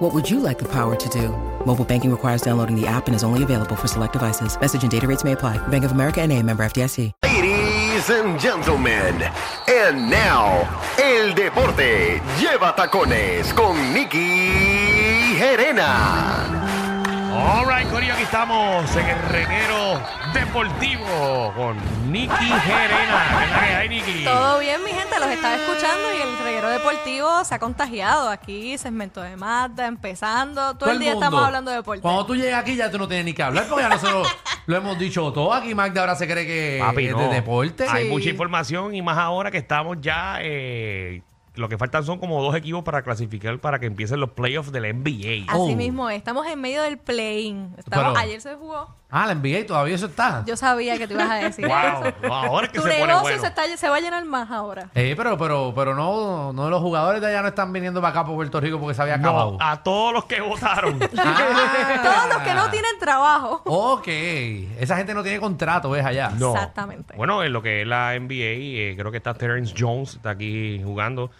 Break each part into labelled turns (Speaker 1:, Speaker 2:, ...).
Speaker 1: What would you like the power to do? Mobile banking requires downloading the app and is only available for select devices. Message and data rates may apply. Bank of America and a member FDIC.
Speaker 2: Ladies and gentlemen, and now, el deporte lleva tacones con Nicky Gerena.
Speaker 3: All right, Corillo, aquí estamos en el reguero deportivo con Nicky Gerena. ¿Qué es la que hay, Nicky?
Speaker 4: Todo bien, mi gente, los estaba escuchando y el reguero deportivo se ha contagiado aquí, segmento de Mata, empezando, todo, el día
Speaker 5: mundo.
Speaker 4: estamos hablando de deporte.
Speaker 5: Cuando tú llegas aquí ya tú no tienes ni que hablar porque ya nosotros lo hemos dicho todo. Aquí Magda ahora se cree que
Speaker 3: Papi,
Speaker 5: es
Speaker 3: no.
Speaker 5: Eh, de deporte.
Speaker 3: Hay
Speaker 4: Sí.
Speaker 3: mucha información y más ahora que estamos ya. eh, lo que faltan son como dos equipos para clasificar para que empiecen los playoffs del NBA.
Speaker 4: Así
Speaker 5: Oh.
Speaker 4: mismo, es, estamos en medio del play-in. Estamos-
Speaker 5: Pero-
Speaker 4: ayer se jugó,
Speaker 5: Ah, la NBA todavía eso está.
Speaker 4: yo sabía que tú ibas a decir eso.
Speaker 3: Wow, ahora es que
Speaker 4: Tu
Speaker 3: se pone
Speaker 4: negocio
Speaker 3: bueno.
Speaker 4: se, está- se va a llenar más ahora.
Speaker 5: Eh, pero, pero, pero no, no los jugadores de allá no están viniendo para acá por Puerto Rico porque se había acabado.
Speaker 3: No, Ah. a todos los que votaron.
Speaker 5: Ah.
Speaker 4: Todos los que no tienen trabajo.
Speaker 5: Ok. Esa gente no tiene contrato, es allá.
Speaker 3: No.
Speaker 4: Exactamente.
Speaker 3: Bueno, en lo que es la NBA, eh, creo que está Terrence Jones, está aquí jugando.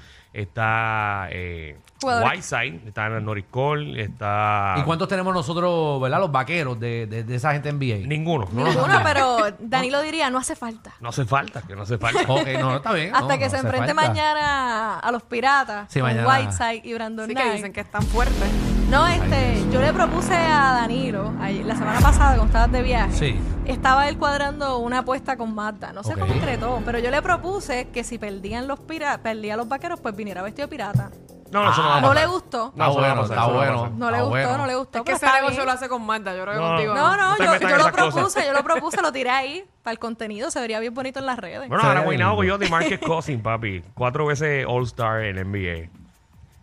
Speaker 3: Está eh,
Speaker 4: Jugador.
Speaker 3: Whiteside, está Norris Cole, está...
Speaker 5: ¿Y cuántos tenemos nosotros, verdad? Los vaqueros de, de- de esa gente NBA.
Speaker 3: Ninguno. No,
Speaker 4: Ninguno, pero Danilo diría, no hace falta.
Speaker 3: hace falta, que no hace falta.
Speaker 5: Ok, no, no está bien.
Speaker 4: Hasta
Speaker 5: ¿Eh? no,
Speaker 4: que
Speaker 5: no
Speaker 4: se
Speaker 5: hace
Speaker 4: enfrente
Speaker 5: falta.
Speaker 4: mañana a los piratas,
Speaker 5: Sí,
Speaker 4: con
Speaker 5: mañana.
Speaker 4: Whiteside y Brandon
Speaker 6: Sí, que
Speaker 4: Knight.
Speaker 6: dicen que están fuertes.
Speaker 4: No, este, yo le propuse a Danilo ahí, la semana pasada cuando estabas de viaje.
Speaker 5: Sí.
Speaker 4: Estaba él cuadrando una apuesta con Marta, no sé
Speaker 5: Ok.
Speaker 4: cómo concretó, pero yo le propuse que si perdían los piratas, perdían los vaqueros, pues viniera vestido de pirata.
Speaker 3: No, Ah, no, eso no va a
Speaker 4: Ah, No
Speaker 3: pasar.
Speaker 4: le gustó.
Speaker 3: No, eso va
Speaker 5: Está
Speaker 3: a
Speaker 5: bueno,
Speaker 3: pasar, eso
Speaker 5: está
Speaker 3: va a
Speaker 5: bueno.
Speaker 3: pasar.
Speaker 4: No le
Speaker 5: está
Speaker 4: gustó,
Speaker 5: Ah, bueno.
Speaker 4: no le gustó.
Speaker 6: Es que
Speaker 4: pero
Speaker 6: ese
Speaker 4: está
Speaker 6: negocio
Speaker 4: bien.
Speaker 6: lo hace con Marta, yo creo que
Speaker 3: No,
Speaker 6: contigo.
Speaker 4: No,
Speaker 3: No
Speaker 4: no,
Speaker 3: te
Speaker 4: yo,
Speaker 3: metas
Speaker 4: yo
Speaker 3: en
Speaker 4: lo
Speaker 3: esas cosas.
Speaker 4: propuse, yo lo propuse, lo tiré ahí para el contenido, se vería bien bonito en las redes.
Speaker 3: Bueno,
Speaker 5: Se
Speaker 3: ahora
Speaker 5: ve
Speaker 3: Guaynabo
Speaker 5: lindo.
Speaker 3: yo de Marquez Cousin, papi. Cuatro veces All-Star en NBA.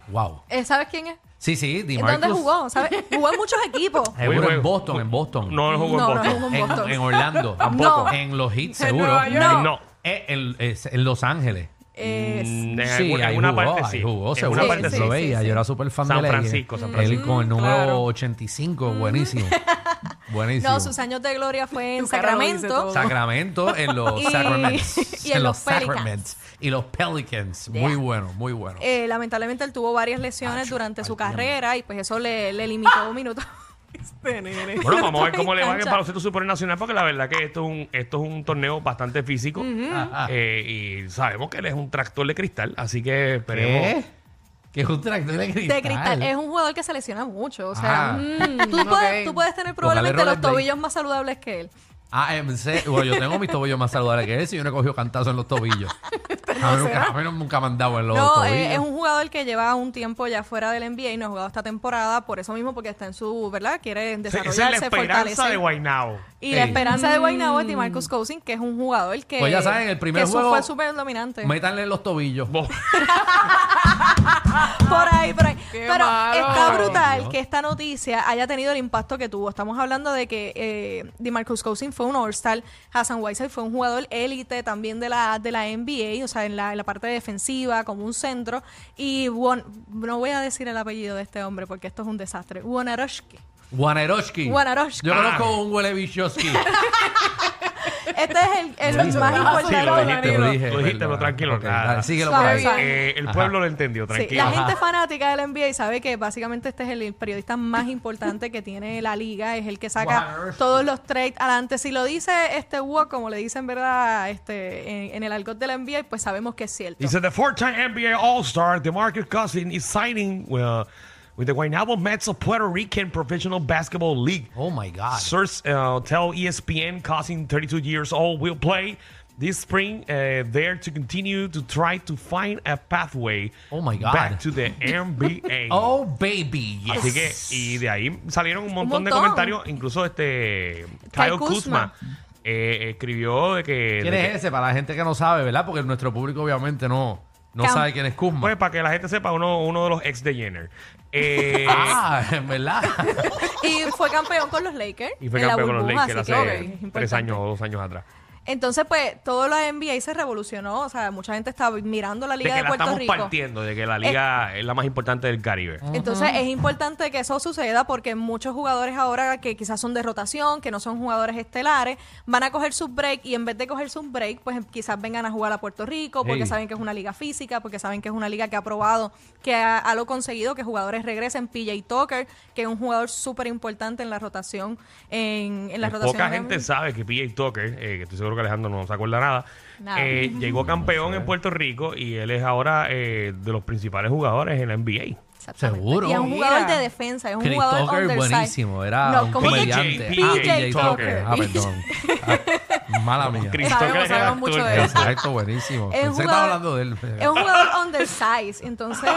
Speaker 5: Wow.
Speaker 4: Eh, ¿Sabes quién es?
Speaker 5: Sí, sí, DeMarcus.
Speaker 4: ¿Dónde jugó? ¿Sabes? Jugó en muchos equipos.
Speaker 5: Seguro
Speaker 3: Oye,
Speaker 5: en
Speaker 3: juego.
Speaker 5: Boston, en Boston.
Speaker 3: No lo jugó en
Speaker 4: No, no
Speaker 3: Boston.
Speaker 4: jugó
Speaker 5: En,
Speaker 4: Boston.
Speaker 5: en Orlando, tampoco. En los hits,
Speaker 6: En
Speaker 5: seguro.
Speaker 6: Nueva York. No.
Speaker 3: No.
Speaker 5: Eh, en, es- en Los Ángeles.
Speaker 4: Es-
Speaker 3: Mm, en
Speaker 5: Sí,
Speaker 3: algu-
Speaker 5: ahí
Speaker 3: alguna
Speaker 5: jugó,
Speaker 3: parte
Speaker 5: ahí
Speaker 3: sí.
Speaker 5: jugó,
Speaker 3: En
Speaker 5: seguro.
Speaker 3: alguna parte
Speaker 4: Sí,
Speaker 3: sí.
Speaker 5: Lo
Speaker 4: sí,
Speaker 5: veía,
Speaker 4: sí.
Speaker 5: yo era súper fan
Speaker 3: San
Speaker 5: de él.
Speaker 3: Francisco, San
Speaker 5: Él con el número
Speaker 6: claro.
Speaker 5: 85, buenísimo. Buenísimo.
Speaker 4: no, sus años de gloria fue en
Speaker 6: Tu cara lo dice
Speaker 4: Sacramento.
Speaker 6: todo.
Speaker 5: Sacramento en los
Speaker 4: Y-
Speaker 5: Sacraments.
Speaker 4: y en los Pelicans.
Speaker 5: Y los Pelicans. Muy bueno, muy bueno.
Speaker 4: Eh, lamentablemente él tuvo varias lesiones
Speaker 5: Acho,
Speaker 4: durante su
Speaker 5: ay, Dios mío.
Speaker 4: carrera y pues eso le, le limitó minutos.
Speaker 6: Este nene.
Speaker 3: Bueno, vamos a ver
Speaker 4: Está
Speaker 3: cómo
Speaker 4: en
Speaker 3: le va en el
Speaker 4: cancha.
Speaker 3: baloncesto supernacional, porque la verdad que esto es un, esto es un torneo bastante físico. Eh, y sabemos que él es un tractor de cristal, así que esperemos.
Speaker 5: ¿Qué? ¿Qué es un tractor de cristal?
Speaker 4: De cristal es un jugador que se lesiona mucho. O sea,
Speaker 5: Ah.
Speaker 4: mm, tú,
Speaker 6: Ok.
Speaker 4: puedes, tú puedes tener probablemente los
Speaker 5: rollerblade.
Speaker 4: tobillos más saludables que él.
Speaker 5: Ah, em, sé- bueno, yo tengo mis tobillos más saludables que él, si yo no he cogido cantazo en los tobillos. A mí, nunca, a mí nunca me han dado en los
Speaker 4: No,
Speaker 5: tobillos.
Speaker 4: eh, es un jugador que lleva un tiempo ya fuera del NBA y no ha jugado esta temporada por eso mismo, porque está en su, ¿verdad? Quiere
Speaker 3: Esa esa es la
Speaker 4: desarrollarse,
Speaker 3: esperanza de
Speaker 4: fortalecer.
Speaker 3: Guaynao.
Speaker 4: Y la
Speaker 5: Sí. Mm.
Speaker 4: esperanza de Guaynabo es de Marcus Cousin, que es un jugador que,
Speaker 5: Pues ya saben, el primer
Speaker 4: que su-
Speaker 5: juego-
Speaker 4: fue súper dominante.
Speaker 5: Métanle en los tobillos.
Speaker 4: Por ahí, por ahí.
Speaker 6: Qué
Speaker 4: Pero
Speaker 6: malo.
Speaker 4: está brutal
Speaker 5: Dios.
Speaker 4: que esta noticia haya tenido el impacto que tuvo. Estamos hablando de que eh, DeMarcus Cousins fue un All-Star, Hassan Whiteside fue un jugador élite también de la, de la NBA, o sea, en la, en la parte defensiva, como un centro. Y Won- no voy a decir el apellido de este hombre porque esto es un desastre. Wonarowski.
Speaker 5: Guaneroski.
Speaker 4: Guaneroski.
Speaker 5: Yo
Speaker 3: Ah.
Speaker 5: conozco un huele bichoski.
Speaker 4: Este es el, el más importante.
Speaker 3: lo dijiste,
Speaker 5: Danilo.
Speaker 3: lo dijiste, lo
Speaker 5: Perdón.
Speaker 3: pero tranquilo,
Speaker 5: Ok,
Speaker 3: nada.
Speaker 5: dale, síguelo
Speaker 4: Suave,
Speaker 5: por ahí.
Speaker 4: suave.
Speaker 3: Eh, el pueblo lo entendió,
Speaker 4: Sí,
Speaker 3: tranquilo.
Speaker 4: la gente fanática del NBA sabe que básicamente este es el periodista más importante que tiene la liga, es el que saca
Speaker 5: Warner.
Speaker 4: todos los trades adelante. Si lo dice este Wok, como le dicen, ¿verdad? Este, en, en el argot del NBA, pues sabemos que es cierto.
Speaker 3: He said the four-time NBA All-Star DeMarcus Cousins is signing uh, with the Guaynabo Mets of Puerto Rican Professional Basketball League.
Speaker 5: Oh my God.
Speaker 3: Source uh, tell ESPN Cousins, 32 years old, will play this spring uh, there to continue to try to find a pathway
Speaker 5: Oh my God.
Speaker 3: back to the NBA.
Speaker 5: Oh baby. Yes.
Speaker 3: Así que, y de ahí salieron un montón, de
Speaker 4: montón.
Speaker 3: comentarios, incluso este Kyle
Speaker 4: Kyle
Speaker 3: Kuzma,
Speaker 4: Kuzma.
Speaker 3: eh, escribió de que...
Speaker 5: ¿Quién
Speaker 3: de
Speaker 5: es
Speaker 3: que-
Speaker 5: ese? Para la gente que no sabe, ¿verdad? Porque nuestro público obviamente no, no
Speaker 4: Cam-
Speaker 5: sabe quién es Kuzma.
Speaker 3: Pues para que la gente sepa, uno, uno de los ex de Jenner. Eh,
Speaker 5: ah, en verdad.
Speaker 4: Y fue campeón con los Lakers.
Speaker 3: y fue
Speaker 4: en la
Speaker 3: campeón con los
Speaker 4: burbuja,
Speaker 3: Lakers
Speaker 4: así
Speaker 3: hace
Speaker 4: que, ok, es
Speaker 3: tres
Speaker 4: importante.
Speaker 3: años o dos años atrás.
Speaker 4: Entonces, pues, todo la NBA se revolucionó. O sea, mucha gente estaba mirando la
Speaker 3: De que
Speaker 4: Liga de,
Speaker 3: la
Speaker 4: Puerto
Speaker 3: estamos
Speaker 4: Rico.
Speaker 3: partiendo, de que la liga es la más importante del Caribe.
Speaker 4: Entonces es importante que eso suceda porque muchos jugadores ahora que quizás son de rotación, que no son jugadores estelares, van a coger sus break y en vez de coger sus break, pues quizás vengan a jugar a Puerto Rico porque
Speaker 5: Ey.
Speaker 4: saben que es una liga física, porque saben que es una liga que ha probado, que ha, ha lo conseguido, que jugadores regresen. PJ Tucker, que es un jugador súper importante en la rotación, en, en la
Speaker 3: Eh,
Speaker 4: rotación.
Speaker 3: Poca
Speaker 4: en-
Speaker 3: gente sabe que PJ Tucker, eh, que estoy seguro que Alejandro no se acuerda nada,
Speaker 4: Nada.
Speaker 3: eh, llegó campeón en Puerto Rico y él es ahora eh, de los principales jugadores en la NBA.
Speaker 4: Exactamente.
Speaker 5: Seguro. Oh,
Speaker 4: Y es un jugador
Speaker 6: Mira.
Speaker 4: de defensa, es un
Speaker 5: Chris
Speaker 4: jugador
Speaker 5: Tucker,
Speaker 4: undersized.
Speaker 5: buenísimo. Era
Speaker 4: No,
Speaker 5: un
Speaker 4: ¿cómo que-
Speaker 5: comediante.
Speaker 3: PJ
Speaker 5: Ah,
Speaker 4: Tucker.
Speaker 5: Ah, perdón. Ah, mala mía.
Speaker 3: Chris
Speaker 6: Sabemos,
Speaker 3: Tucker es el
Speaker 6: sabemos mucho
Speaker 3: actor.
Speaker 6: de él.
Speaker 5: Exacto, buenísimo.
Speaker 4: Es
Speaker 5: Pensé
Speaker 4: un
Speaker 5: que estaba
Speaker 4: jugador-
Speaker 5: hablando de él.
Speaker 4: Es un jugador undersized, entonces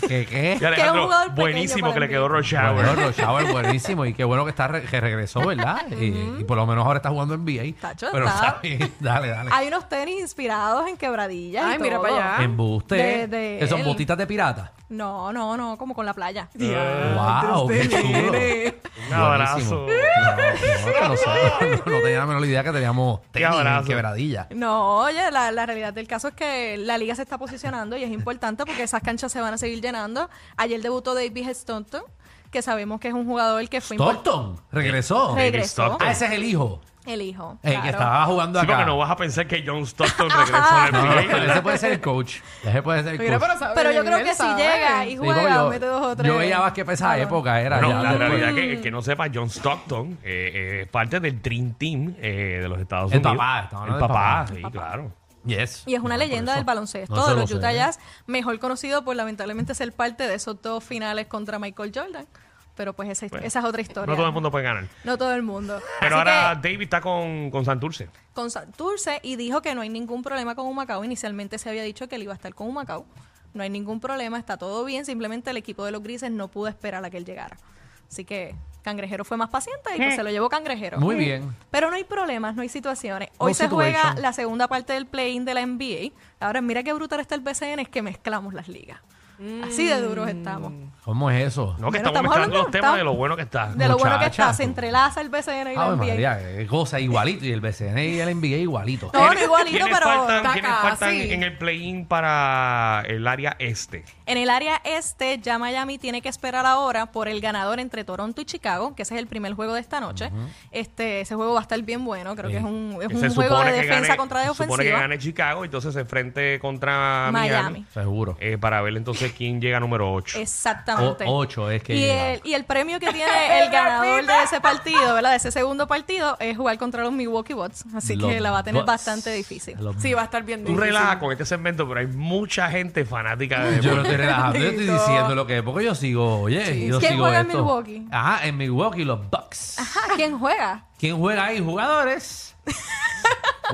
Speaker 5: ¿Qué, qué?
Speaker 3: Y Alejandro,
Speaker 4: Que es un jugador pequeño
Speaker 3: buenísimo
Speaker 4: para
Speaker 3: que le
Speaker 4: mí.
Speaker 3: quedó Rochauer.
Speaker 5: Bueno, Rochauer, buenísimo. Y qué bueno que, está re- que regresó, ¿verdad? y, y por lo menos ahora está jugando en NBA.
Speaker 4: Tacho,
Speaker 5: pero
Speaker 4: está-
Speaker 5: está bien. Dale, dale.
Speaker 4: hay unos tenis inspirados en quebradillas.
Speaker 6: Ay,
Speaker 4: y
Speaker 6: mira
Speaker 4: todo.
Speaker 6: para allá.
Speaker 5: Embuste.
Speaker 4: de- de
Speaker 5: que son
Speaker 4: él.
Speaker 5: botitas de pirata.
Speaker 4: No, no, no, como con la playa.
Speaker 5: wow, qué
Speaker 6: nene.
Speaker 5: chulo.
Speaker 3: Un abrazo.
Speaker 5: Buenísimo. No, no, no, no, no tenía la menor idea que teníamos tenis en
Speaker 3: abrazo.
Speaker 5: quebradilla.
Speaker 4: No, oye, la, la realidad del caso es que la liga se está posicionando y es importante porque esas canchas se van a seguir llenando. Ayer debutó David Stockton, que sabemos que es un jugador que fue importante.
Speaker 5: Stockton regresó.
Speaker 3: Re-
Speaker 4: Regresó
Speaker 3: Stockton.
Speaker 5: Ah, ese es el hijo.
Speaker 4: el hijo.
Speaker 5: El Eh, que
Speaker 4: claro.
Speaker 5: estaba jugando
Speaker 3: Sí,
Speaker 5: acá.
Speaker 3: porque no vas a pensar que John Stockton regresó a la
Speaker 5: No, no,
Speaker 3: NBA.
Speaker 5: pero
Speaker 3: ¿verdad?
Speaker 5: ese puede ser el coach. Ese puede ser el
Speaker 6: Mira,
Speaker 5: coach.
Speaker 6: pero sabe,
Speaker 4: Pero yo creo
Speaker 6: él
Speaker 4: que si
Speaker 6: sabe.
Speaker 4: llega y
Speaker 5: Sí, porque
Speaker 4: juega,
Speaker 5: yo,
Speaker 4: mete dos o tres.
Speaker 5: yo veía más que esa
Speaker 4: balones.
Speaker 5: época era
Speaker 3: Bueno,
Speaker 5: ya
Speaker 3: la
Speaker 5: después.
Speaker 3: realidad que el que no sepa, John Stockton eh, eh, es parte del Dream Team eh, de los Estados
Speaker 5: El
Speaker 3: Unidos.
Speaker 5: papá, estamos
Speaker 3: el
Speaker 5: hablando del
Speaker 3: papá,
Speaker 5: papá.
Speaker 3: sí, claro.
Speaker 5: Yes.
Speaker 4: Y es una
Speaker 5: No, por
Speaker 4: leyenda
Speaker 5: eso.
Speaker 4: del baloncesto,
Speaker 5: No, eso
Speaker 4: de
Speaker 5: lo
Speaker 4: los
Speaker 5: sé.
Speaker 4: Utah Jazz, mejor conocido por lamentablemente ser parte de esos dos finales contra Michael Jordan. Pero pues esa, esa es otra historia.
Speaker 3: No todo el mundo puede ganar.
Speaker 4: No todo el mundo.
Speaker 3: Pero
Speaker 4: Así
Speaker 3: ahora
Speaker 4: que,
Speaker 3: David está con, con Santurce.
Speaker 4: con Santurce y dijo que no hay ningún problema con Humacao. Inicialmente se había dicho que él iba a estar con Humacao. No hay ningún problema, está todo bien. Simplemente el equipo de los grises no pudo esperar a que él llegara. Así que Cangrejero fue más paciente y
Speaker 3: Eh.
Speaker 4: pues se lo llevó Cangrejero.
Speaker 5: Muy bien.
Speaker 4: Pero no hay problemas, no hay situaciones. Hoy
Speaker 5: No
Speaker 4: se
Speaker 5: situation.
Speaker 4: juega la segunda parte del play-in de la NBA. Ahora mira qué brutal está el BCN, es que mezclamos las ligas. Así de duros estamos.
Speaker 5: ¿Cómo es eso? Ah,
Speaker 3: No, que estamos
Speaker 4: Bueno, estamos
Speaker 3: mezclando
Speaker 4: hablando-
Speaker 3: los temas de
Speaker 4: estamos-
Speaker 3: lo bueno que está.
Speaker 4: De lo bueno que
Speaker 5: Muchacha,
Speaker 4: está, se
Speaker 5: tú.
Speaker 4: entrelaza el BCN y la
Speaker 5: Ave
Speaker 4: NBA.
Speaker 5: pues, María, qué cosa igualito. Y el BCN y el NBA igualito.
Speaker 4: No, no igualito,
Speaker 3: ¿Quiénes
Speaker 4: pero
Speaker 3: faltan,
Speaker 4: está
Speaker 3: quiénes
Speaker 4: casi.
Speaker 3: faltan en el play-in para el área este?
Speaker 4: En el área este, ya Miami tiene que esperar ahora por el ganador entre Toronto y Chicago, que ese es el primer juego de esta noche. Este, ese juego va a estar bien bueno, creo que es un, es
Speaker 3: Que
Speaker 4: un
Speaker 3: se
Speaker 4: juego de
Speaker 3: supone que
Speaker 4: defensa
Speaker 3: gane-
Speaker 4: contra de
Speaker 3: se Supone que
Speaker 4: ofensiva.
Speaker 3: gane Chicago, entonces se enfrente contra Miami.
Speaker 4: Miami.
Speaker 5: Seguro.
Speaker 3: eh, para ver entonces quién llega número 8.
Speaker 4: Exactamente.
Speaker 5: O- ocho es que
Speaker 4: y
Speaker 5: llega.
Speaker 4: el, y el premio que tiene el ganador de ese partido, ¿verdad? De ese segundo partido, es jugar contra los Milwaukee Bucks. Así que
Speaker 5: Los
Speaker 4: la va a tener
Speaker 5: Bucks.
Speaker 4: bastante difícil.
Speaker 5: Los-
Speaker 6: Sí, va a estar bien
Speaker 3: Tú
Speaker 6: difícil.
Speaker 3: relajas con este segmento, pero hay mucha gente fanática de
Speaker 5: Yo no
Speaker 3: deporte.
Speaker 5: estoy relajando, yo estoy diciendo lo que es, porque yo sigo, oye, yo
Speaker 4: ¿Quién
Speaker 5: sigo
Speaker 4: juega en
Speaker 5: esto.
Speaker 4: Milwaukee?
Speaker 5: Ajá, en Milwaukee, los Bucks.
Speaker 4: Ajá, ¿quién juega?
Speaker 5: ¿Quién juega ahí? Jugadores.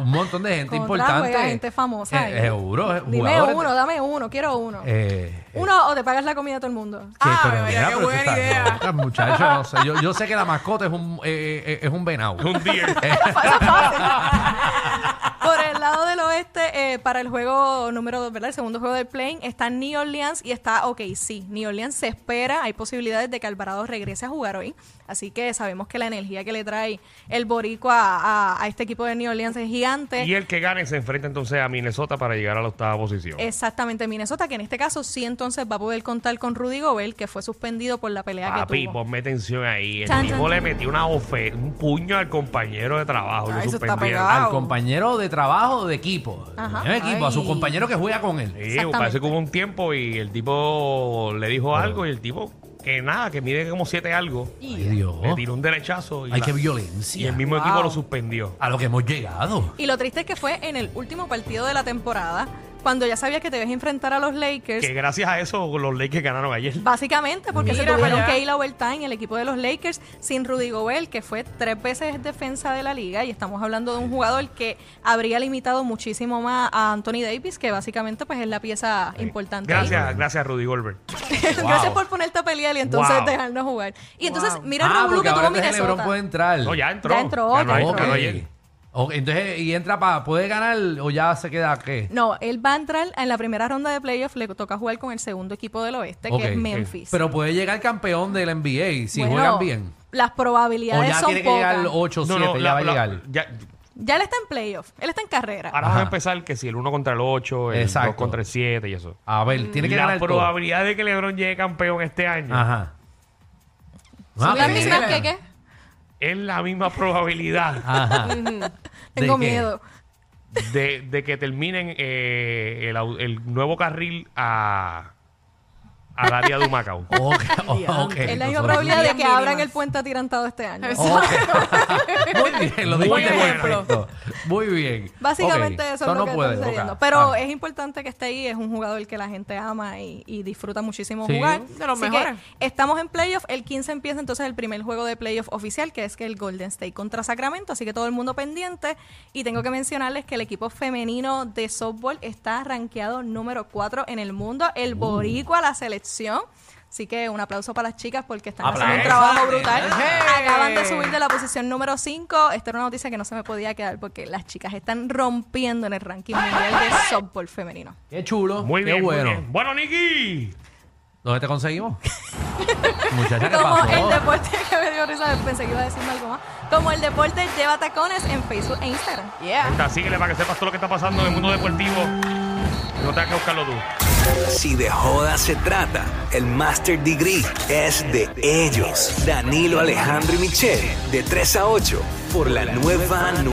Speaker 5: Un montón de gente
Speaker 4: Contra
Speaker 5: importante.
Speaker 4: juega gente famosa
Speaker 5: Eh,
Speaker 4: ahí.
Speaker 5: seguro, eh,
Speaker 4: Dime
Speaker 5: jugadores.
Speaker 4: uno, dame uno, quiero uno.
Speaker 5: Eh, eh,
Speaker 4: uno o te pagas la comida a todo el mundo.
Speaker 5: que-
Speaker 6: Ah,
Speaker 5: pero
Speaker 6: María,
Speaker 5: mira,
Speaker 6: qué
Speaker 5: pero tú
Speaker 6: buena
Speaker 5: estás
Speaker 6: idea.
Speaker 5: loca, muchacho, no sé. Yo, yo sé que la mascota es un, eh, eh, es un venado.
Speaker 3: Un día.
Speaker 4: Por el lado del oeste, eh, para el juego número 2, ¿verdad? El segundo juego del plane, está New Orleans y está OKC. New Orleans se espera, hay posibilidades de que Alvarado regrese a jugar hoy. Así que sabemos que la energía que le trae el boricua a, a- a este equipo de New Orleans es gigante.
Speaker 3: Y el que gane se enfrenta entonces a Minnesota para llegar a la octava posición.
Speaker 4: Exactamente, Minnesota, que en este caso sí entonces va a poder contar con Rudy Gobert, que fue suspendido por la pelea
Speaker 3: Papi,
Speaker 4: que tuvo.
Speaker 3: ponme tensión ahí. El
Speaker 4: Chan,
Speaker 3: tipo
Speaker 4: chan, Ah,
Speaker 3: le metió una ofe un puño al compañero de trabajo.
Speaker 6: Ay,
Speaker 3: lo
Speaker 6: eso está
Speaker 3: suspendieron.
Speaker 6: pegado.
Speaker 5: Al compañero de trabajo de equipo.
Speaker 4: Ajá.
Speaker 5: De equipo, a su
Speaker 6: Ay.
Speaker 5: compañero que juega con él.
Speaker 3: Sí,
Speaker 4: Exactamente.
Speaker 3: parece que hubo un tiempo y el tipo le dijo algo y el tipo que nada, que mide como siete algo.
Speaker 5: Ay, Dios.
Speaker 3: Le tiró un derechazo y,
Speaker 5: Ay,
Speaker 3: la-
Speaker 5: qué
Speaker 3: y
Speaker 5: violencia.
Speaker 3: el mismo tipo lo suspendió.
Speaker 5: A lo que hemos llegado.
Speaker 4: Y lo triste es que fue en el último partido de la temporada, cuando ya sabías que te ibas a enfrentar a los Lakers.
Speaker 3: Que gracias a eso los Lakers ganaron ayer.
Speaker 4: Básicamente, porque
Speaker 6: Mira
Speaker 4: se tuvieron
Speaker 6: para allá.
Speaker 4: que ir a overtime el equipo de los Lakers sin Rudy Gobert, que fue tres veces defensa de la liga, y estamos hablando de un jugador que habría limitado muchísimo más a Anthony Davis, que básicamente pues es la pieza importante. ahí.
Speaker 3: Gracias, gracias Rudy Goldberg.
Speaker 4: Gracias
Speaker 5: Wow.
Speaker 4: por ponerte a pelear y entonces
Speaker 3: Wow.
Speaker 4: dejarnos jugar. Y entonces,
Speaker 6: Wow.
Speaker 4: mira el
Speaker 5: ah,
Speaker 4: revolú
Speaker 5: porque
Speaker 4: que tuvo
Speaker 5: ahora entonces LeBron
Speaker 4: Minnesota.
Speaker 5: puede entrar.
Speaker 3: No, ya entró.
Speaker 4: Ya entró,
Speaker 3: Ganó
Speaker 4: ya
Speaker 3: ayer,
Speaker 5: Ok.
Speaker 3: ganó ayer.
Speaker 5: Ok, entonces, y entra para, ¿puede ganar o ya se queda qué?
Speaker 4: No, él va a entrar en la primera ronda de playoff, le toca jugar con el segundo equipo del oeste,
Speaker 5: Ok,
Speaker 4: que es
Speaker 5: ok.
Speaker 4: Memphis.
Speaker 5: Pero puede llegar campeón del NBA si
Speaker 4: Bueno,
Speaker 5: juegan bien.
Speaker 4: Las
Speaker 5: O
Speaker 4: probabilidades
Speaker 5: ya
Speaker 4: son
Speaker 5: tiene que
Speaker 4: pocas.
Speaker 5: llegar 8 o 7, ya
Speaker 3: la-
Speaker 5: va a
Speaker 3: la-
Speaker 5: llegar.
Speaker 3: ya-
Speaker 4: Ya él está en playoff, él está en carrera.
Speaker 3: Ahora vamos a empezar que si el 1 contra el 8, el 2
Speaker 5: Exacto.
Speaker 3: contra el 7 y eso.
Speaker 5: A
Speaker 4: Mm.
Speaker 5: ver, tiene que
Speaker 3: la
Speaker 5: ganar todo.
Speaker 3: probabilidad de que LeBron llegue campeón este año
Speaker 5: Ajá.
Speaker 4: ¿Son las
Speaker 5: Ah,
Speaker 4: mismas
Speaker 5: pero-
Speaker 4: que qué?
Speaker 3: es la misma probabilidad
Speaker 5: Ajá.
Speaker 4: Tengo
Speaker 5: ¿De qué?
Speaker 4: miedo.
Speaker 3: de, de que terminen eh, el, au- el nuevo carril a al área de Humacao.
Speaker 5: Ok, ok.
Speaker 4: Es la
Speaker 5: Nosotros-
Speaker 4: misma probabilidad de
Speaker 6: Días
Speaker 4: que abran
Speaker 6: mínimas.
Speaker 4: el puente atirantado este año.
Speaker 6: Exacto.
Speaker 5: Ok. Muy bien, lo
Speaker 3: Muy
Speaker 5: dijiste
Speaker 3: bueno.
Speaker 5: perfecto. Muy bien.
Speaker 4: Básicamente
Speaker 5: Ok,
Speaker 4: eso
Speaker 5: so
Speaker 4: es lo
Speaker 5: no
Speaker 4: que
Speaker 5: puede,
Speaker 4: está sucediendo.
Speaker 5: ok.
Speaker 4: Pero
Speaker 5: Ah.
Speaker 4: es importante que esté ahí, es un jugador que la gente ama y, y disfruta muchísimo
Speaker 5: Sí.
Speaker 4: jugar.
Speaker 6: De los
Speaker 4: Así
Speaker 6: mejores.
Speaker 4: que estamos en playoff, el 15 empieza entonces el primer juego de playoff oficial, que es que el Golden State contra Sacramento, así que todo el mundo pendiente. Y tengo que mencionarles que el equipo femenino de softball está rankeado número 4 en el mundo, el
Speaker 5: Uh.
Speaker 4: boricua, la selección. Así que un aplauso para las chicas porque están
Speaker 5: Ah, pues,
Speaker 4: haciendo un
Speaker 3: Aplausos.
Speaker 4: trabajo brutal.
Speaker 6: ¡Eh!
Speaker 4: Acaban de subir de la posición número 5. Esta era una noticia que no se me podía quedar porque las chicas están rompiendo en el ranking mundial de softball femenino.
Speaker 5: Qué chulo.
Speaker 3: Muy
Speaker 5: qué
Speaker 3: bien, muy
Speaker 5: bueno.
Speaker 3: bien. Bueno, Nicky.
Speaker 5: ¿Dónde te conseguimos? Muchacha, ¿qué
Speaker 4: Como el
Speaker 5: pasó?
Speaker 4: deporte que me dio risa, pensé que iba a decirme algo más. Como el deporte lleva tacones en Facebook e Instagram.
Speaker 6: Yeah.
Speaker 3: Está, síguele para que sepas todo lo que está pasando en el mundo deportivo. No tengas que buscarlo tú.
Speaker 7: Si de joda se trata, el Master Degree es de ellos. Danilo Alejandro y Michelle, de 3 a 8, por la nueva